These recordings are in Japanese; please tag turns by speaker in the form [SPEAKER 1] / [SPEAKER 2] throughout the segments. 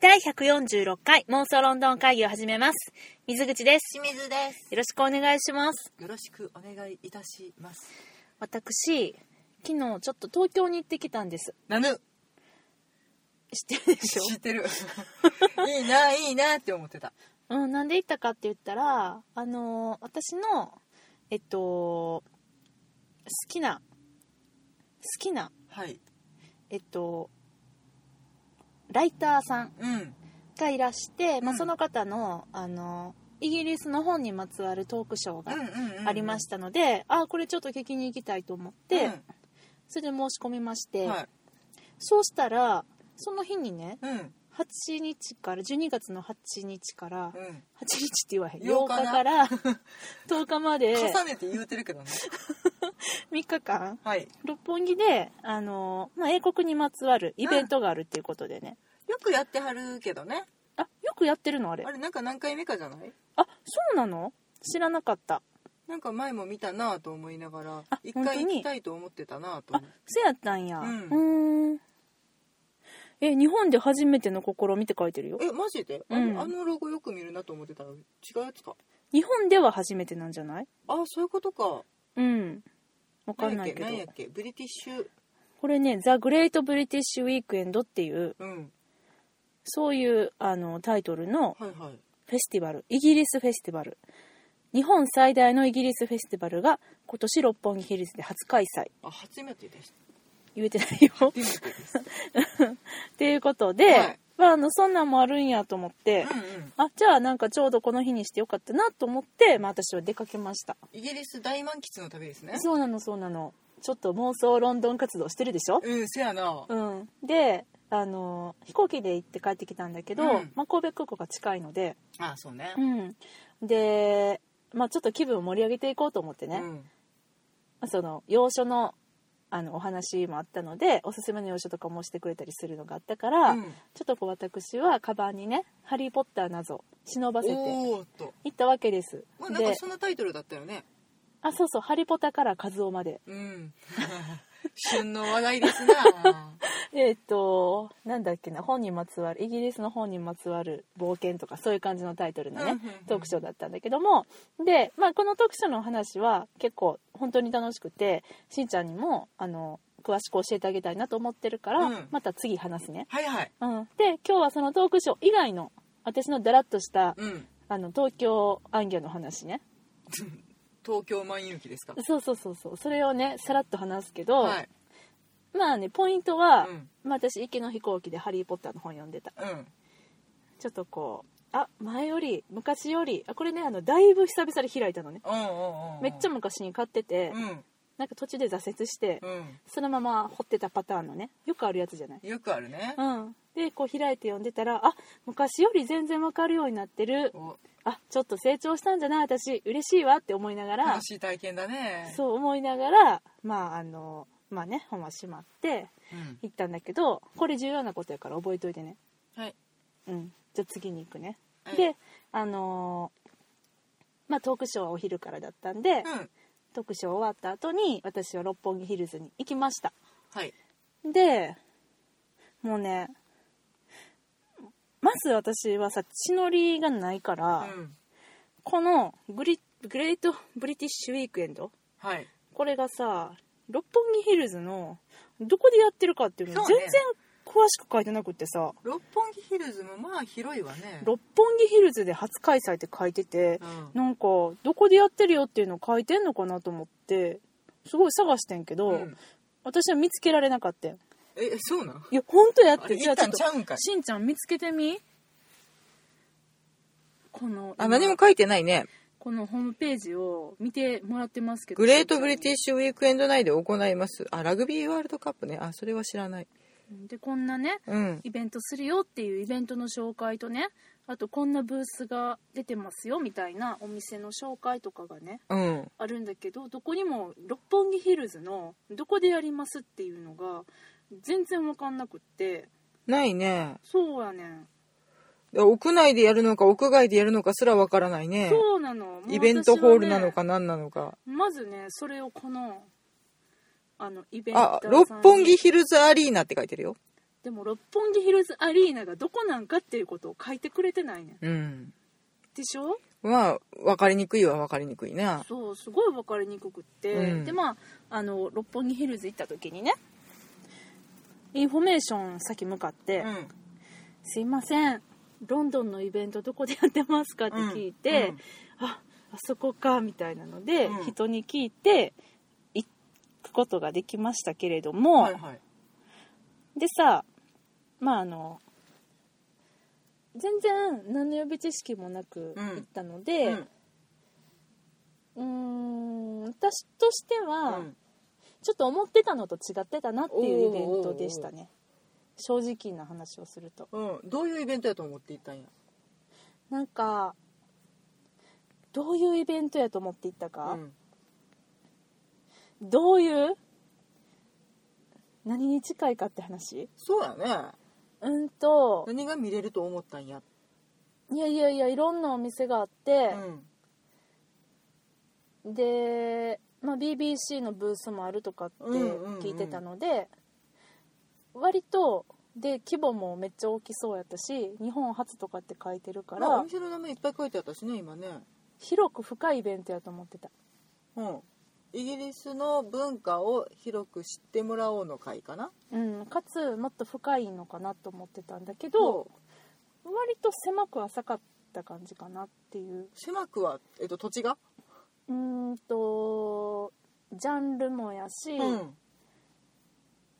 [SPEAKER 1] 第146回妄想ロンドン会議を始めます。水口です。
[SPEAKER 2] 清水です。
[SPEAKER 1] よろしくお願いします。
[SPEAKER 2] よろしくお願いいたします。
[SPEAKER 1] 私、昨日ちょっと東京に行ってきたんです。
[SPEAKER 2] なぬ
[SPEAKER 1] 知ってるでしょ
[SPEAKER 2] 知ってる。 いいな、いいなって思ってた。
[SPEAKER 1] うん、なんで行ったかって言ったら、あのー私の、えっと、好きな、好きな、
[SPEAKER 2] はい。
[SPEAKER 1] えっと、ライターさん
[SPEAKER 2] うん。
[SPEAKER 1] がいらして、まあ、
[SPEAKER 2] うん
[SPEAKER 1] その方の、あのイギリスの本にまつわるトークショー
[SPEAKER 2] うん
[SPEAKER 1] が
[SPEAKER 2] うん、うん。
[SPEAKER 1] ありましたので、あこれちょっと聞きに行きたいと思って、それで申し込みまし
[SPEAKER 2] う
[SPEAKER 1] て、
[SPEAKER 2] ん、はい。
[SPEAKER 1] そうしたらその日にね
[SPEAKER 2] うん。
[SPEAKER 1] 8日から12月の8日から8
[SPEAKER 2] うん。
[SPEAKER 1] 日って言わへん
[SPEAKER 2] 8
[SPEAKER 1] 8
[SPEAKER 2] 日
[SPEAKER 1] 日
[SPEAKER 2] な
[SPEAKER 1] から10日 まで
[SPEAKER 2] 重ねて言うてるけどね。
[SPEAKER 1] 3日間
[SPEAKER 2] はい。
[SPEAKER 1] 六本木で、あのまあ、英国にまつわるイベントがあるっていうことでね、
[SPEAKER 2] よくやってはるけどね。
[SPEAKER 1] あよくやってるのあれ
[SPEAKER 2] あれ、なんか何回目かじゃない
[SPEAKER 1] あそうなの知らなかった
[SPEAKER 2] なんか前も見たなと思いながら
[SPEAKER 1] あ、
[SPEAKER 2] 一
[SPEAKER 1] 本当
[SPEAKER 2] 回
[SPEAKER 1] に
[SPEAKER 2] 行きたいと思ってたなと
[SPEAKER 1] あ。そうやったんやう
[SPEAKER 2] うん
[SPEAKER 1] ーんえ日本で初めての試みって書いてるよ
[SPEAKER 2] え、マジであ
[SPEAKER 1] うん
[SPEAKER 2] のあのロゴよく見るなと思ってたら、違うやつか。
[SPEAKER 1] 日本では初めてなんじゃない
[SPEAKER 2] あ、そういうことか。
[SPEAKER 1] うんわかん
[SPEAKER 2] や
[SPEAKER 1] な
[SPEAKER 2] っ
[SPEAKER 1] い
[SPEAKER 2] け
[SPEAKER 1] けど
[SPEAKER 2] 何やっけブリティッシュ。
[SPEAKER 1] これね「ザ・グレート・ブリティッシュ・ウィークエンド」っていう
[SPEAKER 2] うん。
[SPEAKER 1] そういうあのタイトルの
[SPEAKER 2] はいはい。
[SPEAKER 1] フェスティバルイギリスフェスティバル日本最大のイギリスフェスティバルが今年六本木ヒルズで初開催
[SPEAKER 2] あ、初めてでした。
[SPEAKER 1] 言えてないよ
[SPEAKER 2] 初めてです。
[SPEAKER 1] っていうことで、
[SPEAKER 2] はい
[SPEAKER 1] まあ、あのそんなんもあるんやと思って、
[SPEAKER 2] うんうん。
[SPEAKER 1] あじゃあなんかちょうどこの日にしてよかったなと思って、まあ、私は出かけました
[SPEAKER 2] イギリス大満喫の旅ですね
[SPEAKER 1] そうなのそうなのちょっと妄想ロンドン活動してるでしょ、
[SPEAKER 2] うんせやな
[SPEAKER 1] うん、であの飛行機で行って帰ってきたんだけど、
[SPEAKER 2] うん
[SPEAKER 1] まあ、神戸空港が近いので、
[SPEAKER 2] あそうね
[SPEAKER 1] うん、で、まあ、ちょっと気分を盛り上げていこうと思ってね、まあその要所のあのお話もあったのでおすすめの要所とかもしてくれたりするのがあったから、
[SPEAKER 2] うん
[SPEAKER 1] ちょっとこう私はカバンにね「ハリー・ポッター」など忍ばせて行
[SPEAKER 2] おーっと
[SPEAKER 1] ったわけです。
[SPEAKER 2] まあなんか
[SPEAKER 1] で
[SPEAKER 2] そんなタイトルだったよね
[SPEAKER 1] あそうそう「ハリポタ」から「カズオ」まで
[SPEAKER 2] うん 旬の話題ですな
[SPEAKER 1] えーっとなんだっけな本にまつわるイギリスの本にまつわる冒険とかそういう感じのタイトルの
[SPEAKER 2] うん
[SPEAKER 1] ね
[SPEAKER 2] うんうん
[SPEAKER 1] トークショーだったんだけどもで、まあ、このトークショーのお話は結構本当に楽しくてしんちゃんにもあの詳しく教えてあげたいなと思ってるから、
[SPEAKER 2] うん
[SPEAKER 1] また次話すね、
[SPEAKER 2] はいはい
[SPEAKER 1] うん、で今日はそのトークショー以外の私のだらっとした
[SPEAKER 2] うん
[SPEAKER 1] あの東京暗魚の話ね
[SPEAKER 2] 東京万有期ですか
[SPEAKER 1] そうそうそうそうそれをねさらっと話すけど、
[SPEAKER 2] はい
[SPEAKER 1] まあねポイント
[SPEAKER 2] う
[SPEAKER 1] は、
[SPEAKER 2] ん
[SPEAKER 1] まあ、私池の飛行機で「ハリー・ポッター」の本読んでた
[SPEAKER 2] うん
[SPEAKER 1] ちょっとこうあ前より昔よりあこれねあのだいぶ久々に開いたのね
[SPEAKER 2] おんおんおん
[SPEAKER 1] めっちゃ昔に買ってて、
[SPEAKER 2] うん
[SPEAKER 1] なんか途中で挫折して、
[SPEAKER 2] うん
[SPEAKER 1] そのまま掘ってたパターンのねよくあるやつじゃない、
[SPEAKER 2] よくあるね
[SPEAKER 1] うん、でこう開いて読んでたらあ昔より全然わかるようになってる
[SPEAKER 2] お
[SPEAKER 1] あちょっと成長したんじゃない私嬉しいわって思いながら
[SPEAKER 2] 楽しい体験だね
[SPEAKER 1] そう思いながらまああのまあね本はしまって
[SPEAKER 2] うん
[SPEAKER 1] 行ったんだけどこれ重要なことやから覚えといてね
[SPEAKER 2] はい
[SPEAKER 1] うんじゃあ次に行くね、
[SPEAKER 2] はい
[SPEAKER 1] であのーまあトークショーはお昼からだったんで、
[SPEAKER 2] うん
[SPEAKER 1] トークショー終わった後に私は六本木ヒルズに行きました
[SPEAKER 2] はい
[SPEAKER 1] でもうねまず私はさ血のりがないか
[SPEAKER 2] う
[SPEAKER 1] ら、
[SPEAKER 2] ん
[SPEAKER 1] このグリグレートブリティッシュウィークエンド
[SPEAKER 2] はい
[SPEAKER 1] これがさ六本木ヒルズのどこでやってるかっていうの
[SPEAKER 2] そう
[SPEAKER 1] 全
[SPEAKER 2] ね
[SPEAKER 1] 然詳しく書いてなくってさ、
[SPEAKER 2] 六本木ヒルズもまあ広いわね
[SPEAKER 1] 六本木ヒルズで初開催って書いてて
[SPEAKER 2] うん
[SPEAKER 1] なんかどこでやってるよっていうの書いてんのかなと思ってすごい探してんけど、
[SPEAKER 2] うん
[SPEAKER 1] 私は見つけられなかったよ
[SPEAKER 2] えそうなん
[SPEAKER 1] いや本当やっ
[SPEAKER 2] あ
[SPEAKER 1] て
[SPEAKER 2] れ
[SPEAKER 1] じゃ
[SPEAKER 2] 行
[SPEAKER 1] あち
[SPEAKER 2] っ
[SPEAKER 1] ょっ
[SPEAKER 2] たん
[SPEAKER 1] と
[SPEAKER 2] ちゃうんかい
[SPEAKER 1] しんちゃん見つけてみこの
[SPEAKER 2] あ、何も書いてないね。
[SPEAKER 1] このホームページを見てもらってますけど
[SPEAKER 2] グレートブリティ
[SPEAKER 1] ィ
[SPEAKER 2] ッシュウィークエンド内で行います。あ、ラグビーワールドカップね。あ、それは知らない。
[SPEAKER 1] でこんなね
[SPEAKER 2] うん。
[SPEAKER 1] イベントするよっていうイベントの紹介とねあとこんなブースが出てますよみたいなお店の紹介とかがね
[SPEAKER 2] うん。
[SPEAKER 1] あるんだけどどこにも六本木ヒルズのどこでやりますっていうのが全然分かんなくって
[SPEAKER 2] ないね。
[SPEAKER 1] そうやねん
[SPEAKER 2] 屋内でやるのか、屋外でやるのかすらわからないね。
[SPEAKER 1] そうなのもう
[SPEAKER 2] イベントホール
[SPEAKER 1] 私は
[SPEAKER 2] な
[SPEAKER 1] ね
[SPEAKER 2] のか何なのか。
[SPEAKER 1] まずねそれをこのあのイベント
[SPEAKER 2] あ、六本木ヒルズアリーナって書いてるよ。
[SPEAKER 1] でも六本木ヒルズアリーナがどこなんかっていうことを書いてくれてないねん
[SPEAKER 2] うん。
[SPEAKER 1] でしょ
[SPEAKER 2] は、分かりにくいは分かりにくいな。
[SPEAKER 1] そうすごい分かりにくくって、
[SPEAKER 2] うん
[SPEAKER 1] でまああの六本木ヒルズ行った時にねインフォメーション先向かって「
[SPEAKER 2] ん。
[SPEAKER 1] すいませんロンドンのイベントどこでやってますか?」って聞いて
[SPEAKER 2] うんうん
[SPEAKER 1] 「ああそこか」みたいなので、
[SPEAKER 2] うん
[SPEAKER 1] 人に聞いて行くことができましたけれども、
[SPEAKER 2] はいはい。
[SPEAKER 1] でさまああの全然何の予備知識もなく
[SPEAKER 2] うん
[SPEAKER 1] 行ったので、
[SPEAKER 2] うん
[SPEAKER 1] うーん私としては、ちょっと思ってたのと違ってたなっていうイベントでしたね正直な話をすると
[SPEAKER 2] うん。うん。どういうイベントやと思って行ったんや。
[SPEAKER 1] なんかどういうイベントやと思って行ったか、
[SPEAKER 2] うん。
[SPEAKER 1] どういう何に近いかって話
[SPEAKER 2] そうやね。
[SPEAKER 1] うんと
[SPEAKER 2] 何が見れると思ったんや。
[SPEAKER 1] いやいやいやいろんなお店があって、で、まあ、BBC のブースもあるとかって聞いてたので、割とで規模もめっちゃ大きそうやったし日本初とかって書いてるか
[SPEAKER 2] まあ、お
[SPEAKER 1] ら
[SPEAKER 2] 店の名前いっぱい書いてあったしね、今ね。
[SPEAKER 1] 広く深いイベントやと思ってた
[SPEAKER 2] うん。イギリスの文化を広く知ってもらおうの会かな。
[SPEAKER 1] うんかつもっと深いのかなと思ってたんだけど、割と狭く浅かった感じかなっていう
[SPEAKER 2] 狭くは、えっと、土地が。
[SPEAKER 1] うーんとジャンルもやし、
[SPEAKER 2] うん。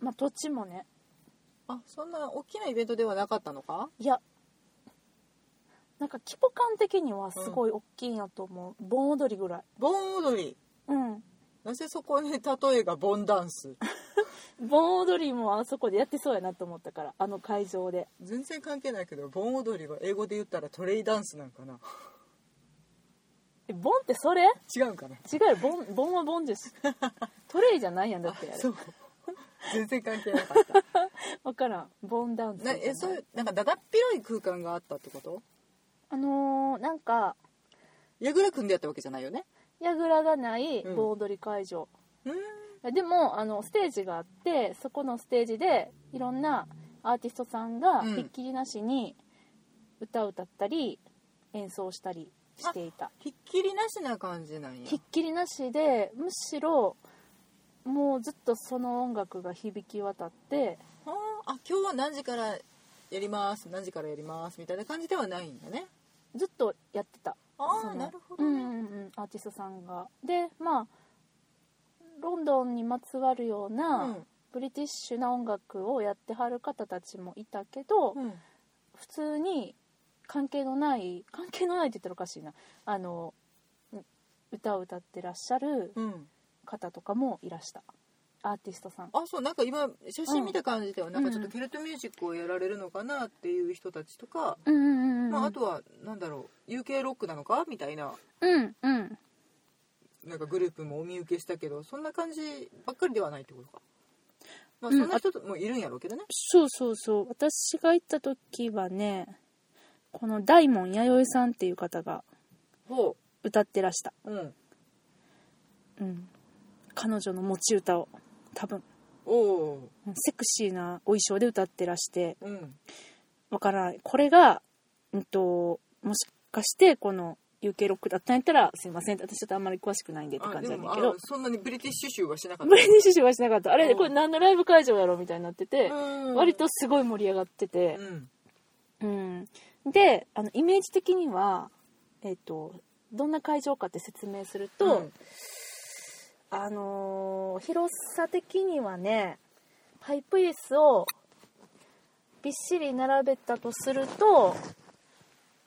[SPEAKER 1] まあ、土地もね
[SPEAKER 2] あ、そんな大きなイベントではなかったのか。
[SPEAKER 1] いやなんか規模感的にはすごい大きいんやと思う、盆踊りぐらい
[SPEAKER 2] 盆踊り。
[SPEAKER 1] うん
[SPEAKER 2] なぜそこに例えが盆ダン ス。
[SPEAKER 1] 盆踊りもあそこでやってそうやなと思ったからあの会場で
[SPEAKER 2] 全然関係ないけど、盆踊りは英語で言ったらトレイダンスなんかな。
[SPEAKER 1] え盆ってそれ
[SPEAKER 2] 違うんかな。
[SPEAKER 1] 違うよ盆盆は盆 ですトレイじゃないやんだってや
[SPEAKER 2] そ
[SPEAKER 1] る
[SPEAKER 2] う。全然関係な かった。
[SPEAKER 1] 分からん盆ダンス
[SPEAKER 2] なえそういうなんかだだっ広い空間があったってこと
[SPEAKER 1] あのーなんか
[SPEAKER 2] 矢倉君でやったわけじゃないよね
[SPEAKER 1] 櫓がない
[SPEAKER 2] うん
[SPEAKER 1] 盆踊り会場、
[SPEAKER 2] うん
[SPEAKER 1] でもあのステージがあってそこのステージでいろんなアーティストさんが
[SPEAKER 2] うん
[SPEAKER 1] ひっきりなしに歌を歌ったり演奏したりしていた、
[SPEAKER 2] ひっきりなしな感じなんや
[SPEAKER 1] ひっきりなしでむしろもうずっとその音楽が響き渡って
[SPEAKER 2] はああ今日は何時からやります何時からやりますみたいな感じではないんだね
[SPEAKER 1] ずっとやってた
[SPEAKER 2] あ
[SPEAKER 1] そ
[SPEAKER 2] あ
[SPEAKER 1] の
[SPEAKER 2] なるほ
[SPEAKER 1] う
[SPEAKER 2] ど
[SPEAKER 1] ん
[SPEAKER 2] ね
[SPEAKER 1] うんうんアーティストさんがでまあロンドンにまつわるよう
[SPEAKER 2] う
[SPEAKER 1] な、
[SPEAKER 2] ん
[SPEAKER 1] ブリティッシュな音楽をやってはる方たちもいたけど、
[SPEAKER 2] うん
[SPEAKER 1] 普通に関係のない関係のないって言ったらおかしいなあのう歌を歌ってらっしゃる
[SPEAKER 2] うん
[SPEAKER 1] 方とかもいらしたアーティストさん
[SPEAKER 2] あそうなんか今写真見た感じでは、なんかちょっ
[SPEAKER 1] う
[SPEAKER 2] と
[SPEAKER 1] ん
[SPEAKER 2] ケルトミュージックをやられるのかなっていう人たちとか、
[SPEAKER 1] うんうんうん
[SPEAKER 2] まあ、あとはなんだろう UK ロックなのかみたいな
[SPEAKER 1] うんうん
[SPEAKER 2] なんかグループもお見受けしたけどそんな感じばっかりではないってことかまあ
[SPEAKER 1] うん
[SPEAKER 2] そんな人もいるんやろうけどね、
[SPEAKER 1] そうそうそう私が行った時はねこの大門弥生さんっていう方が
[SPEAKER 2] ほ
[SPEAKER 1] 歌ってらした、
[SPEAKER 2] ううん
[SPEAKER 1] うん、彼女の持ち歌を多分
[SPEAKER 2] おお
[SPEAKER 1] うんセクシーなお衣装で歌ってらして
[SPEAKER 2] ーうん
[SPEAKER 1] わからないこれが、うん、ともしかしてこの UK ロックだったんやったらすいません私ちょっとあんまり詳しくないんでって
[SPEAKER 2] あ
[SPEAKER 1] 感じ
[SPEAKER 2] で
[SPEAKER 1] なん
[SPEAKER 2] も
[SPEAKER 1] だけど
[SPEAKER 2] あそんなにブリティッシュ州はしなかっ
[SPEAKER 1] ブレディッシュしはしなかったあ
[SPEAKER 2] う
[SPEAKER 1] れ
[SPEAKER 2] ん
[SPEAKER 1] これ何のライブ会場やろみたいになってて
[SPEAKER 2] た、うん
[SPEAKER 1] 割とすごい盛り上がってて
[SPEAKER 2] う、ん
[SPEAKER 1] うん、であのイメージ的には、えっとどんな会場かって説明すると、
[SPEAKER 2] うん
[SPEAKER 1] あのー広さ的にはねパイプ椅子をびっしり並べたとすると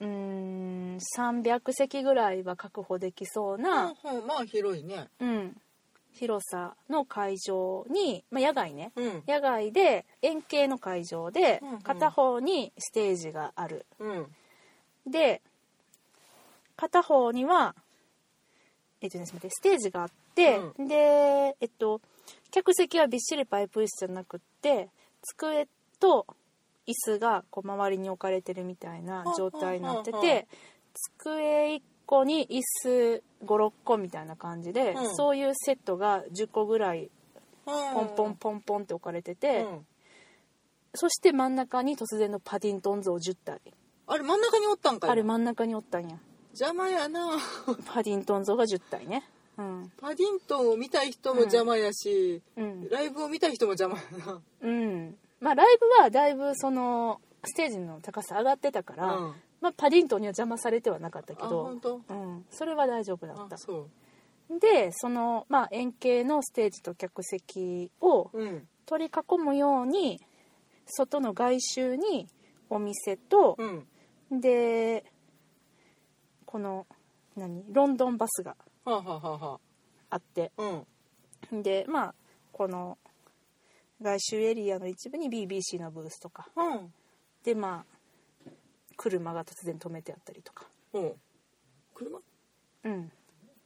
[SPEAKER 1] うーん300席ぐらいは確保できそうな、
[SPEAKER 2] ほうほうまあ広いね
[SPEAKER 1] うん、広さの会場に、まあ、野外ね
[SPEAKER 2] うん
[SPEAKER 1] 野外で円形の会場で
[SPEAKER 2] うんうん
[SPEAKER 1] 片方にステージがある
[SPEAKER 2] うん
[SPEAKER 1] で片方にはえっとねすみませんステージがあって、でえっと客席はびっしりパイプ椅子じゃなくって机と椅子がこう周りに置かれてるみたいな状態になって
[SPEAKER 2] はあはあは
[SPEAKER 1] て机1個に椅子56個みたいな感じで、
[SPEAKER 2] うん
[SPEAKER 1] そういうセットが10個ぐらい
[SPEAKER 2] ポ
[SPEAKER 1] ポンポンポンポンって置かれてて、そして真ん中に突然のパディントン像10体
[SPEAKER 2] あれ真ん中におったんかい
[SPEAKER 1] あれ真ん中におったんや
[SPEAKER 2] 邪魔やな
[SPEAKER 1] パディントン像が10体ねうん
[SPEAKER 2] パディントンを見たい人も邪魔やし、
[SPEAKER 1] うん
[SPEAKER 2] ライブを見たい人も邪魔や
[SPEAKER 1] うんまあライブはだいぶそのステージの高さ上がってたから、
[SPEAKER 2] な、うん、
[SPEAKER 1] まあ、パディントンには邪魔されてはなかったけ
[SPEAKER 2] あ
[SPEAKER 1] ど
[SPEAKER 2] 本、当
[SPEAKER 1] うん、それは大丈夫だっ
[SPEAKER 2] あ
[SPEAKER 1] た
[SPEAKER 2] そ
[SPEAKER 1] でその、まあ、円形のステージと客席を
[SPEAKER 2] ううん
[SPEAKER 1] 取り囲むように外の外周にお店と
[SPEAKER 2] う、ん
[SPEAKER 1] でこの何ロンドンバスが
[SPEAKER 2] はあ、はあはあは
[SPEAKER 1] あって
[SPEAKER 2] あ、うん
[SPEAKER 1] でまあこの外周エリアの一部に BBC のブースとか
[SPEAKER 2] うん
[SPEAKER 1] でまあ車が突然止めてあったりとか
[SPEAKER 2] うん車
[SPEAKER 1] うん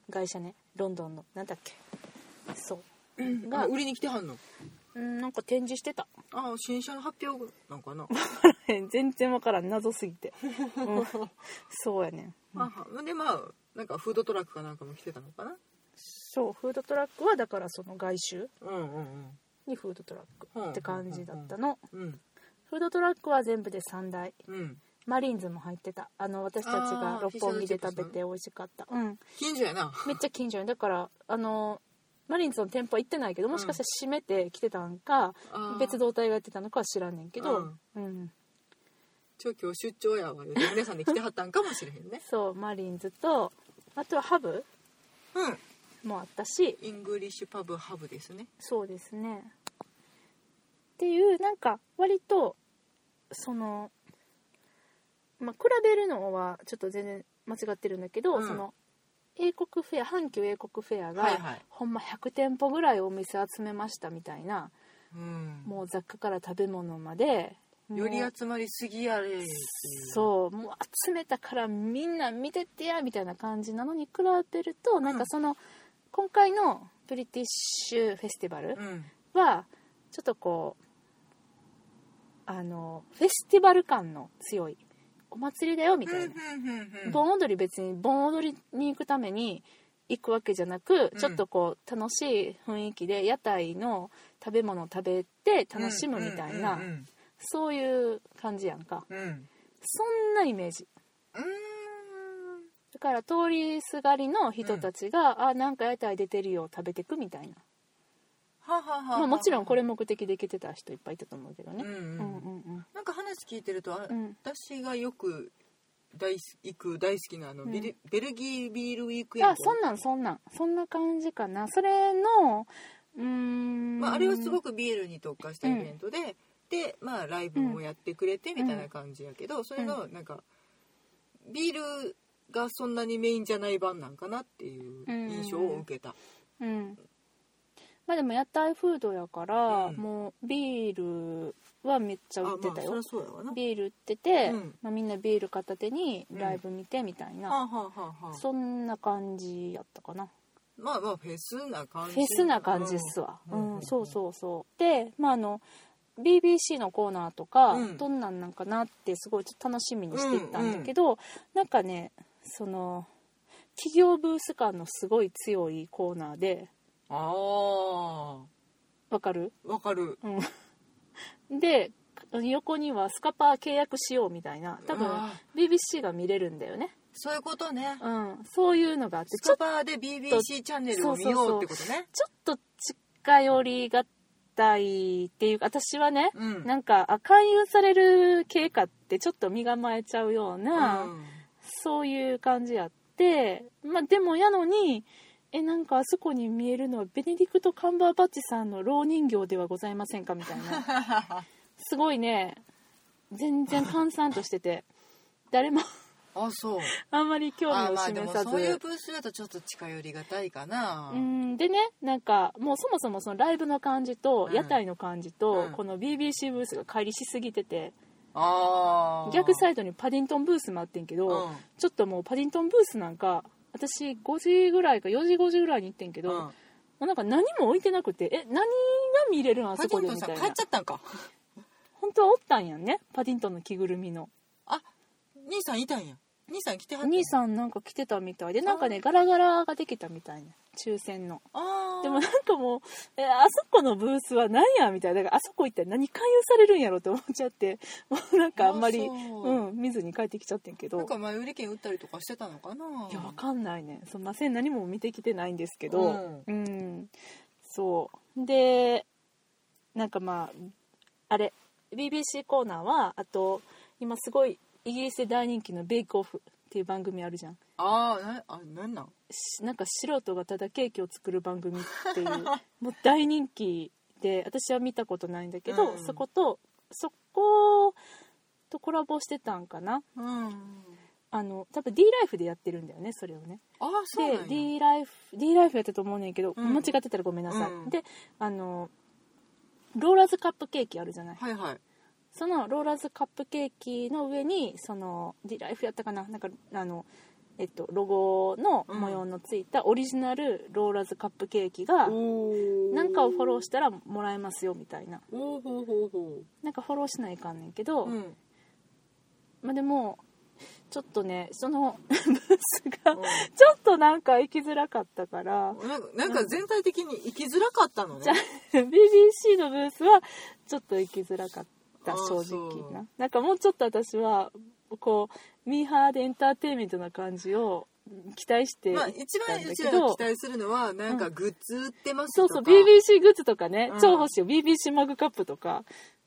[SPEAKER 1] 外車ねロンドンのなんだっけそう
[SPEAKER 2] が
[SPEAKER 1] が
[SPEAKER 2] 売りに来てはんの
[SPEAKER 1] うんなんか展示してた
[SPEAKER 2] あ新車の発表なんかな
[SPEAKER 1] 全然わからん謎すぎて、うんそうやねん
[SPEAKER 2] あはでまあなんかフードトラックかなんかも来てたのかな
[SPEAKER 1] そうフードトラックはだからその外周
[SPEAKER 2] うんうん
[SPEAKER 1] にフードトラッ
[SPEAKER 2] うん
[SPEAKER 1] クって感じだったの
[SPEAKER 2] うんうん
[SPEAKER 1] フードトラックは全部で3台
[SPEAKER 2] うん
[SPEAKER 1] マリーンズも入ってたあの私たちが
[SPEAKER 2] あー
[SPEAKER 1] 六本木で食べて美味しかったうん
[SPEAKER 2] 近所やな
[SPEAKER 1] めっちゃ近所にだからあのマリーンズの店舗は行ってないけどもしかしたら閉めて来てたんか、
[SPEAKER 2] あー
[SPEAKER 1] 別動体がやってたのかは知らんねんけど、うん
[SPEAKER 2] ちょ今日出張やわ言うて皆さんで来てはったんかもしれへんね
[SPEAKER 1] そうマリーンズとあとはハブ
[SPEAKER 2] うん
[SPEAKER 1] もあったし
[SPEAKER 2] イングリッシュパブハブですね
[SPEAKER 1] そうですねっていうなんか割とそのまあ比べるのはちょっと全然間違ってるんだけど、
[SPEAKER 2] うん
[SPEAKER 1] その英国フェア阪急英国フェアが、
[SPEAKER 2] はいはい
[SPEAKER 1] ほんま100店舗ぐらいお店集めましたみたいな
[SPEAKER 2] うん
[SPEAKER 1] もう雑貨から食べ物までもう
[SPEAKER 2] より集まりすぎやれっていう
[SPEAKER 1] そうもう集めたからみんな見てってやみたいな感じなのに比べるとなんかその、今回のブリティッシュフェスティバル
[SPEAKER 2] うん
[SPEAKER 1] はちょっとこうあのフェスティバル感の強いお祭りだよみたいな、盆踊り別に盆踊りに行くために行くわけじゃなく、
[SPEAKER 2] うん
[SPEAKER 1] ちょっとこう楽しい雰囲気で屋台の食べ物を食べて楽しむみたいな、
[SPEAKER 2] うん
[SPEAKER 1] そういう感じやんか
[SPEAKER 2] うんうんうん
[SPEAKER 1] そんなイメージだから通りすがりの人たちが、あなんか屋台出てるよ食べてくみたいな、
[SPEAKER 2] ははは
[SPEAKER 1] まあ、もちろんこ
[SPEAKER 2] れ
[SPEAKER 1] れ目的で行けてた人いっぱいいたと思うけど
[SPEAKER 2] うん
[SPEAKER 1] ね、
[SPEAKER 2] う
[SPEAKER 1] うんうん
[SPEAKER 2] ん
[SPEAKER 1] うん
[SPEAKER 2] なんか話聞いてるとあ
[SPEAKER 1] うん
[SPEAKER 2] 私がよく大好き行く大好きなあの
[SPEAKER 1] ん
[SPEAKER 2] ビルベルギービールウィークエンド
[SPEAKER 1] あそんなんそんなんそんな感じかなそれのうーん
[SPEAKER 2] まあ、あれはすごくビールに特化したイベントで、で、まあ、ライブもやってくれてみたいな感じやけど、それがなんかビールがそんなにメインじゃない版なんかなっていう印象を受けた、
[SPEAKER 1] うんまあでも屋台フードやから、
[SPEAKER 2] うん
[SPEAKER 1] もうビールはめっちゃ売ってたよ、
[SPEAKER 2] あまあそりゃそうやわな
[SPEAKER 1] ビール売ってて、
[SPEAKER 2] うん
[SPEAKER 1] まあ、みんなビール片手にライブ見てみたい
[SPEAKER 2] は
[SPEAKER 1] な、
[SPEAKER 2] あ、はあはあはあ、
[SPEAKER 1] そんな感じやったかな
[SPEAKER 2] まあまあフェスな感じ
[SPEAKER 1] フェスな感じっすわ、
[SPEAKER 2] う
[SPEAKER 1] うんん
[SPEAKER 2] うん
[SPEAKER 1] そうそうそうでまああの BBC のコーナーとか、
[SPEAKER 2] うん
[SPEAKER 1] どんなんなんかなってすごいちょっと楽しみにしていったんだけど、なんかねその企業ブース感のすごい強いコーナーで
[SPEAKER 2] ああ
[SPEAKER 1] わかる、
[SPEAKER 2] わかる
[SPEAKER 1] うん、で横にはスカパー契約しようみたいな多分
[SPEAKER 2] うわ
[SPEAKER 1] BBC が見れるんだよね、
[SPEAKER 2] そういうことね
[SPEAKER 1] うん、そういうのがあって
[SPEAKER 2] ス
[SPEAKER 1] ちょ
[SPEAKER 2] カ
[SPEAKER 1] ちょ
[SPEAKER 2] パーで BBC チャンネルを見ようってことね
[SPEAKER 1] っと近寄りがたいっていうか私はね、
[SPEAKER 2] うん
[SPEAKER 1] なんかあ勧誘される経過ってちょっと身構えちゃうような、
[SPEAKER 2] うん
[SPEAKER 1] そういう感じやって、まあ、でもやのにえなんかあそこに見えるのはベネディクト・カンバーバッチさんの老人形ではございませんかみたいな すごいね全然閑散としてて誰も
[SPEAKER 2] あそう
[SPEAKER 1] あんまり興
[SPEAKER 2] あ
[SPEAKER 1] 味を
[SPEAKER 2] まあで
[SPEAKER 1] 示
[SPEAKER 2] も
[SPEAKER 1] さず
[SPEAKER 2] そういうブースだとちょっと近寄りがたいかな
[SPEAKER 1] うんでねなんかもうそもそもそのライブの感じと
[SPEAKER 2] うん
[SPEAKER 1] 屋台の感じと、
[SPEAKER 2] うん
[SPEAKER 1] この BBC ブースが乖離しすぎてて
[SPEAKER 2] ああ
[SPEAKER 1] 逆サ
[SPEAKER 2] イ
[SPEAKER 1] イドにパディントンブースもあってんけど、
[SPEAKER 2] うん
[SPEAKER 1] ちょっともうパディントンブースなんか私5時ぐらいか4時5時ぐらいに行ってんけど、
[SPEAKER 2] うん
[SPEAKER 1] もうなんか何も置いてなくてえ何が見れるんあ
[SPEAKER 2] パ
[SPEAKER 1] そ
[SPEAKER 2] ディ
[SPEAKER 1] こ
[SPEAKER 2] ン
[SPEAKER 1] で
[SPEAKER 2] トン
[SPEAKER 1] み
[SPEAKER 2] さ
[SPEAKER 1] た
[SPEAKER 2] ん
[SPEAKER 1] い
[SPEAKER 2] 買っ
[SPEAKER 1] な
[SPEAKER 2] ちゃったんか
[SPEAKER 1] 本当はおったんやんねパディントンの着ぐるみの
[SPEAKER 2] あ兄さんいたんや兄さん来てはった
[SPEAKER 1] 兄さんなんか着てたみたいでなんかねガラガラができたみたいな抽選の
[SPEAKER 2] あー
[SPEAKER 1] でもなんかもう、えあそこのブースは何やみたいなだからあそこ行ったら何勧誘されるんやろって思っちゃってもうなんかあんまり
[SPEAKER 2] あそう
[SPEAKER 1] う、ん、見ずに帰ってきちゃってんけど
[SPEAKER 2] なんか前売り券売ったりとかしてたのかない
[SPEAKER 1] いやわかんないねそんなせん何も見てきてないんですけど、
[SPEAKER 2] うん
[SPEAKER 1] うんそうでなんかまああれ BBC コーナーはあと今すごいイギリスで大人気の「ベイクオフ」っていう番組あるじゃん
[SPEAKER 2] あーなあなんなん
[SPEAKER 1] しなんか素人がただケーキを作る番組っていう もう大人気で私は見たことないんだけど、
[SPEAKER 2] うん
[SPEAKER 1] そことそことコラボしてたんかな
[SPEAKER 2] うん
[SPEAKER 1] あの多分 D ライフでやってるんだよねそれをね
[SPEAKER 2] ああそうなん
[SPEAKER 1] で
[SPEAKER 2] や
[SPEAKER 1] D ライフ D ライフやったと思うねんけど、
[SPEAKER 2] うん
[SPEAKER 1] 間違ってたらごめんなさい、
[SPEAKER 2] うん
[SPEAKER 1] であのローラーズカップケーキあるじゃない、
[SPEAKER 2] はいはい
[SPEAKER 1] そのローラーズカップケーキの上にその D ライフやったかななんかあのえっとロゴの模様のついたオリジナルローラーズカップケーキが
[SPEAKER 2] おー
[SPEAKER 1] なんかをフォローしたらもらえますよみたいな
[SPEAKER 2] おーほうほうほ
[SPEAKER 1] なんかフォローしないかんねんけど、
[SPEAKER 2] ううん
[SPEAKER 1] まあでもちょっとねその ブースがち
[SPEAKER 2] うん
[SPEAKER 1] ょっとなんか行きづらかったから
[SPEAKER 2] なんかなんか全体的に行きづらかったのね
[SPEAKER 1] じゃあ BBC のブースはちょっと行きづらかった
[SPEAKER 2] あー
[SPEAKER 1] 正
[SPEAKER 2] そ
[SPEAKER 1] 直
[SPEAKER 2] う
[SPEAKER 1] ななんかもうちょっと私はこうミーハーでエンターテインメントな感じを期待して
[SPEAKER 2] まあ一番
[SPEAKER 1] 行っ
[SPEAKER 2] う
[SPEAKER 1] た
[SPEAKER 2] ち
[SPEAKER 1] んだ
[SPEAKER 2] ら
[SPEAKER 1] けど
[SPEAKER 2] が期待するのはなんかグッズ売ってます
[SPEAKER 1] そ
[SPEAKER 2] と
[SPEAKER 1] う
[SPEAKER 2] か、
[SPEAKER 1] そう BBC グッズとかね、
[SPEAKER 2] うん
[SPEAKER 1] 超欲しいよ BBC マグカップとか